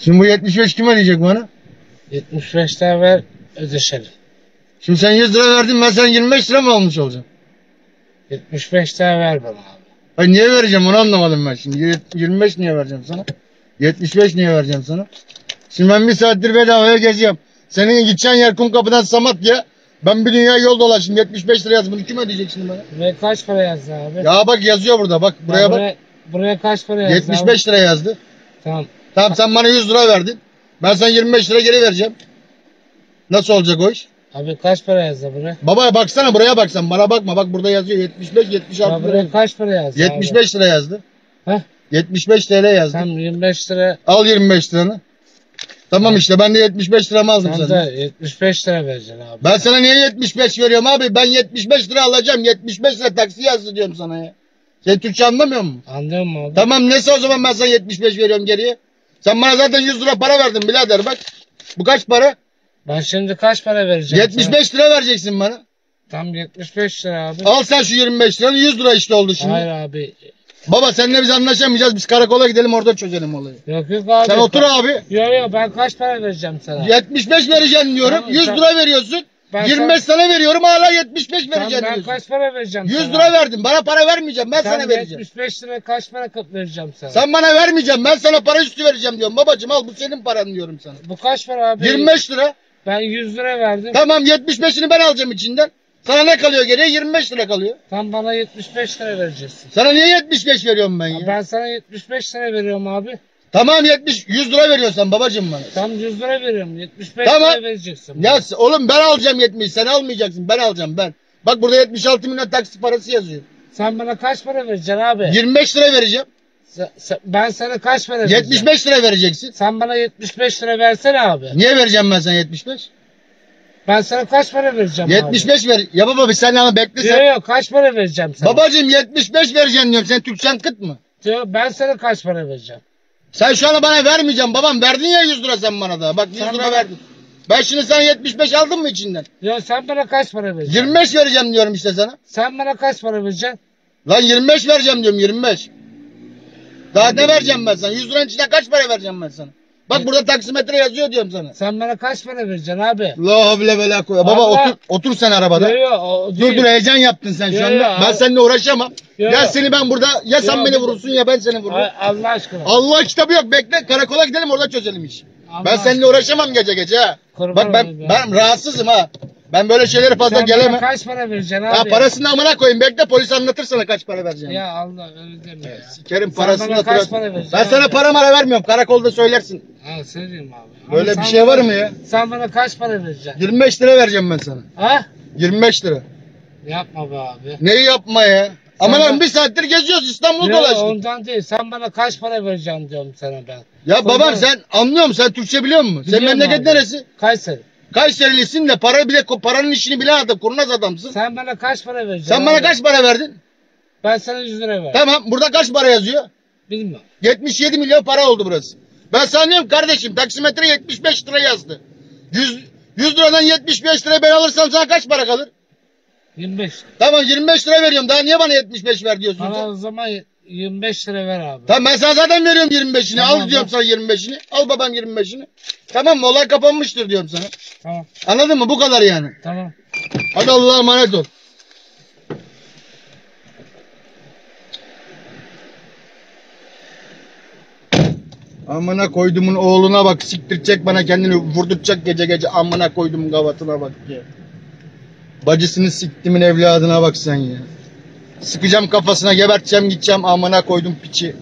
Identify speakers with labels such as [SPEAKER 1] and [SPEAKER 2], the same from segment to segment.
[SPEAKER 1] Şimdi bu 75 kim ödeyecek bana?
[SPEAKER 2] 75'ten ver ödeşelim.
[SPEAKER 1] Şimdi sen 100 lira verdin ben sen 25 lira mı almış olacağım?
[SPEAKER 2] 75'ten ver bana abi.
[SPEAKER 1] Hayır niye vereceğim onu anlamadım ben şimdi. Yet- 25 niye vereceğim sana? 75 niye vereceğim sana? Şimdi ben bir saattir bedavaya geziyorum. Senin gideceğin yer kum kapıdan samat ya. Ben bir dünya yol dolaştım 75 lira yaz bunu kim ödeyecek şimdi bana?
[SPEAKER 2] Buraya kaç para yazdı abi?
[SPEAKER 1] Ya bak yazıyor burada bak
[SPEAKER 2] Ya
[SPEAKER 1] buraya bak.
[SPEAKER 2] buraya, buraya kaç para yazdı abi?
[SPEAKER 1] 75 lira yazdı.
[SPEAKER 2] Tamam.
[SPEAKER 1] Tamam sen bana 100 lira verdin. Ben sana 25 lira geri vereceğim. Nasıl olacak o iş?
[SPEAKER 2] Abi kaç para yazdı buraya?
[SPEAKER 1] Baba baksana buraya baksan bana bakma bak burada yazıyor 75
[SPEAKER 2] Ya
[SPEAKER 1] 76 lira.
[SPEAKER 2] buraya kaç para yazdı abi?
[SPEAKER 1] 75 lira yazdı.
[SPEAKER 2] Heh.
[SPEAKER 1] 75 TL yazdı.
[SPEAKER 2] Tam 25 lira.
[SPEAKER 1] Al 25 liranı. Tamam işte ben de 75 liramı aldım
[SPEAKER 2] Tam
[SPEAKER 1] sana.
[SPEAKER 2] da 75 lira vereceksin abi.
[SPEAKER 1] Ben sana niye 75 veriyorum abi? Ben 75 lira alacağım. 75 lira taksi yazdı diyorum sana ya. Sen Türkçe anlamıyor musun?
[SPEAKER 2] Anlıyor musun abi?
[SPEAKER 1] Tamam neyse o zaman ben sana 75 veriyorum geriye. Sen bana zaten 100 lira para verdin birader bak. Bu kaç para?
[SPEAKER 2] Ben şimdi kaç para vereceğim?
[SPEAKER 1] 75 lira vereceksin bana.
[SPEAKER 2] sana? Tam 75 lira abi.
[SPEAKER 1] Al sen şu 25 liranı 100 lira işte oldu şimdi.
[SPEAKER 2] Hayır abi.
[SPEAKER 1] Baba seninle biz anlaşamayacağız. Biz karakola gidelim orada çözelim olayı.
[SPEAKER 2] Yok yok abi.
[SPEAKER 1] Sen otur abi.
[SPEAKER 2] Yok yok ben kaç para vereceğim sana?
[SPEAKER 1] 75 vereceksin diyorum.
[SPEAKER 2] Tamam,
[SPEAKER 1] 100
[SPEAKER 2] sen-
[SPEAKER 1] lira veriyorsun.
[SPEAKER 2] Ben
[SPEAKER 1] 25 sana veriyorum hala 75
[SPEAKER 2] Tam
[SPEAKER 1] vereceksin
[SPEAKER 2] ben
[SPEAKER 1] diyorsun.
[SPEAKER 2] kaç para vereceğim
[SPEAKER 1] 100
[SPEAKER 2] sana?
[SPEAKER 1] lira verdim. Bana para vermeyeceğim. Ben
[SPEAKER 2] Tam
[SPEAKER 1] sana vereceğim.
[SPEAKER 2] 75 lira kaç para kap- vereceğim sana?
[SPEAKER 1] Sen bana vermeyeceğim. Ben sana para üstü vereceğim diyorum. Babacım al bu senin paran diyorum sana.
[SPEAKER 2] Bu kaç para abi?
[SPEAKER 1] 25 lira.
[SPEAKER 2] Ben 100 lira verdim.
[SPEAKER 1] Tamam 75'ini ben alacağım içinden. Sana ne kalıyor geriye? 25 lira kalıyor.
[SPEAKER 2] Tam bana 75 lira vereceksin.
[SPEAKER 1] Sana niye 75 veriyorum ben ya?
[SPEAKER 2] Ben sana 75 lira veriyorum abi.
[SPEAKER 1] Tamam 70 100 lira veriyorsan babacım bana.
[SPEAKER 2] Tam 100 lira veriyorum. 75
[SPEAKER 1] Tamam.
[SPEAKER 2] lira vereceksin.
[SPEAKER 1] Ya s- oğlum ben alacağım 70 sen almayacaksın. Ben alacağım ben. Bak burada 76 milyon taksi parası yazıyor.
[SPEAKER 2] Sen bana kaç para vereceksin abi?
[SPEAKER 1] 25 lira vereceğim.
[SPEAKER 2] Sen- sen- ben sana kaç para vereceğim?
[SPEAKER 1] 75 lira vereceksin.
[SPEAKER 2] Sen bana 75 lira versene abi.
[SPEAKER 1] Niye vereceğim ben sana 75?
[SPEAKER 2] Ben sana kaç para vereceğim abi?
[SPEAKER 1] 75 ver. Ya baba biz seninle ama bekle sen.
[SPEAKER 2] Yok yok kaç para vereceğim sana?
[SPEAKER 1] Babacım 75 vereceksin diyorum. Sen Türkçen kıt mı?
[SPEAKER 2] Diyor, ben sana kaç para vereceğim?
[SPEAKER 1] Sen şu an bana vermeyeceksin. Babam verdin ya 100 lira sen bana da. Bak 100
[SPEAKER 2] Sen
[SPEAKER 1] lira
[SPEAKER 2] bana-
[SPEAKER 1] verdin. Ben şimdi sana 75 aldım mı içinden?
[SPEAKER 2] Diyor sen bana kaç para vereceksin?
[SPEAKER 1] 25 vereceğim diyorum işte sana.
[SPEAKER 2] Sen bana kaç para vereceksin?
[SPEAKER 1] Lan 25 vereceğim diyorum 25. Daha ne vereceğim ben sana? 100 liranın içinden kaç para vereceğim ben sana? Bak burada taksimetre yazıyor diyorum sana.
[SPEAKER 2] Sen bana kaç para vereceksin abi?
[SPEAKER 1] La havle ve la kuvve. Baba
[SPEAKER 2] Allah-
[SPEAKER 1] otur, otur sen arabada.
[SPEAKER 2] Yok yok o
[SPEAKER 1] Dur
[SPEAKER 2] değil.
[SPEAKER 1] dur heyecan yaptın sen
[SPEAKER 2] Yo,
[SPEAKER 1] şu anda.
[SPEAKER 2] yo,
[SPEAKER 1] ben
[SPEAKER 2] al-
[SPEAKER 1] seninle uğraşamam.
[SPEAKER 2] Yo,
[SPEAKER 1] ya
[SPEAKER 2] yo.
[SPEAKER 1] seni ben burada ya sen
[SPEAKER 2] Yo,
[SPEAKER 1] beni
[SPEAKER 2] yo.
[SPEAKER 1] vurursun ya ben seni vururum.
[SPEAKER 2] Ay, Allah aşkına.
[SPEAKER 1] Allah kitabı yok bekle karakola gidelim orada çözelim işi.
[SPEAKER 2] Allah
[SPEAKER 1] Ben seninle
[SPEAKER 2] aşkına.
[SPEAKER 1] uğraşamam gece gece ha.
[SPEAKER 2] Kurban
[SPEAKER 1] Bak ben
[SPEAKER 2] olayım ya.
[SPEAKER 1] ben rahatsızım ha. Ben böyle şeylere fazla
[SPEAKER 2] Sen bana
[SPEAKER 1] gelemem.
[SPEAKER 2] kaç para vereceksin abi?
[SPEAKER 1] Ya parasını amına koyayım. Bekle polis anlatır sana kaç para vereceğim.
[SPEAKER 2] Ya Allah öyle deme ya.
[SPEAKER 1] Sikerim
[SPEAKER 2] Sen
[SPEAKER 1] parasını
[SPEAKER 2] bana
[SPEAKER 1] da
[SPEAKER 2] kaç
[SPEAKER 1] tırat-
[SPEAKER 2] para vereceksin
[SPEAKER 1] Ben sana
[SPEAKER 2] abi?
[SPEAKER 1] para mara vermiyorum. Karakolda söylersin.
[SPEAKER 2] Ha söyleyeyim abi.
[SPEAKER 1] Böyle
[SPEAKER 2] Ama
[SPEAKER 1] bir
[SPEAKER 2] sen
[SPEAKER 1] şey var
[SPEAKER 2] bana-
[SPEAKER 1] mı ya?
[SPEAKER 2] Sen bana kaç para vereceksin?
[SPEAKER 1] 25 lira vereceğim ben sana.
[SPEAKER 2] Ha?
[SPEAKER 1] 25 lira.
[SPEAKER 2] Yapma be abi.
[SPEAKER 1] Neyi yapma ya? Aman
[SPEAKER 2] Sen-
[SPEAKER 1] lan bir saattir geziyoruz İstanbul
[SPEAKER 2] Yok,
[SPEAKER 1] dolaştık.
[SPEAKER 2] ondan değil. Sen bana kaç para vereceksin diyorum sana ben.
[SPEAKER 1] Ya babam
[SPEAKER 2] Ondan-
[SPEAKER 1] sen anlıyor musun? Sen Türkçe biliyor musun? Sen
[SPEAKER 2] Biliyorum
[SPEAKER 1] memleket
[SPEAKER 2] abi.
[SPEAKER 1] neresi?
[SPEAKER 2] Kayseri.
[SPEAKER 1] Kayserilisin de para bile paranın işini bilen adam, kurnaz adamsın. Sen,
[SPEAKER 2] Sen bana kaç para vereceksin?
[SPEAKER 1] bana
[SPEAKER 2] abi?
[SPEAKER 1] kaç para verdin?
[SPEAKER 2] Ben sana 100 lira verdim.
[SPEAKER 1] Tamam. Burada kaç para yazıyor?
[SPEAKER 2] Bilmem.
[SPEAKER 1] 77 milyon para oldu burası. Ben sana diyorum kardeşim taksimetre 75 lira yazdı. 100, 100 liradan 75 lira ben alırsam sana kaç para kalır?
[SPEAKER 2] 25 lira.
[SPEAKER 1] Tamam 25 lira veriyorum. Daha niye bana 75 ver diyorsun
[SPEAKER 2] Bana
[SPEAKER 1] sen?
[SPEAKER 2] o zaman 25 lira ver abi.
[SPEAKER 1] Tamam ben sana zaten veriyorum 25'ini. Al
[SPEAKER 2] Tamam,
[SPEAKER 1] diyorum
[SPEAKER 2] bak.
[SPEAKER 1] sana 25'ini. Al babam 25'ini. Tamam mı? Olay kapanmıştır diyorum sana.
[SPEAKER 2] Tamam.
[SPEAKER 1] Anladın mı? Bu kadar yani.
[SPEAKER 2] Tamam.
[SPEAKER 1] Hadi Allah'a emanet ol. Amına koydumun oğluna bak siktirecek bana kendini vurduracak gece gece amına koydum gavatına bak ya. Bacısını siktimin evladına bak sen ya. Sıkacağım kafasına geberteceğim gideceğim amına koydum piçi.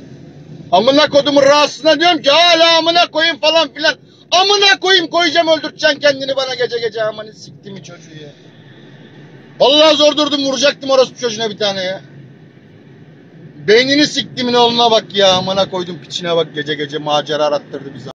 [SPEAKER 1] Amına koydumun rahatsızına diyorum ki hala amına koyayım falan filan. Amına koyayım koyacağım öldürteceksin kendini bana gece gece amına siktimi çocuğu ya. Vallahi zor durdum vuracaktım orospu çocuğuna bir tane ya. Beynini siktimin oğluna bak ya amına koydum piçine bak gece gece macera arattırdı bize.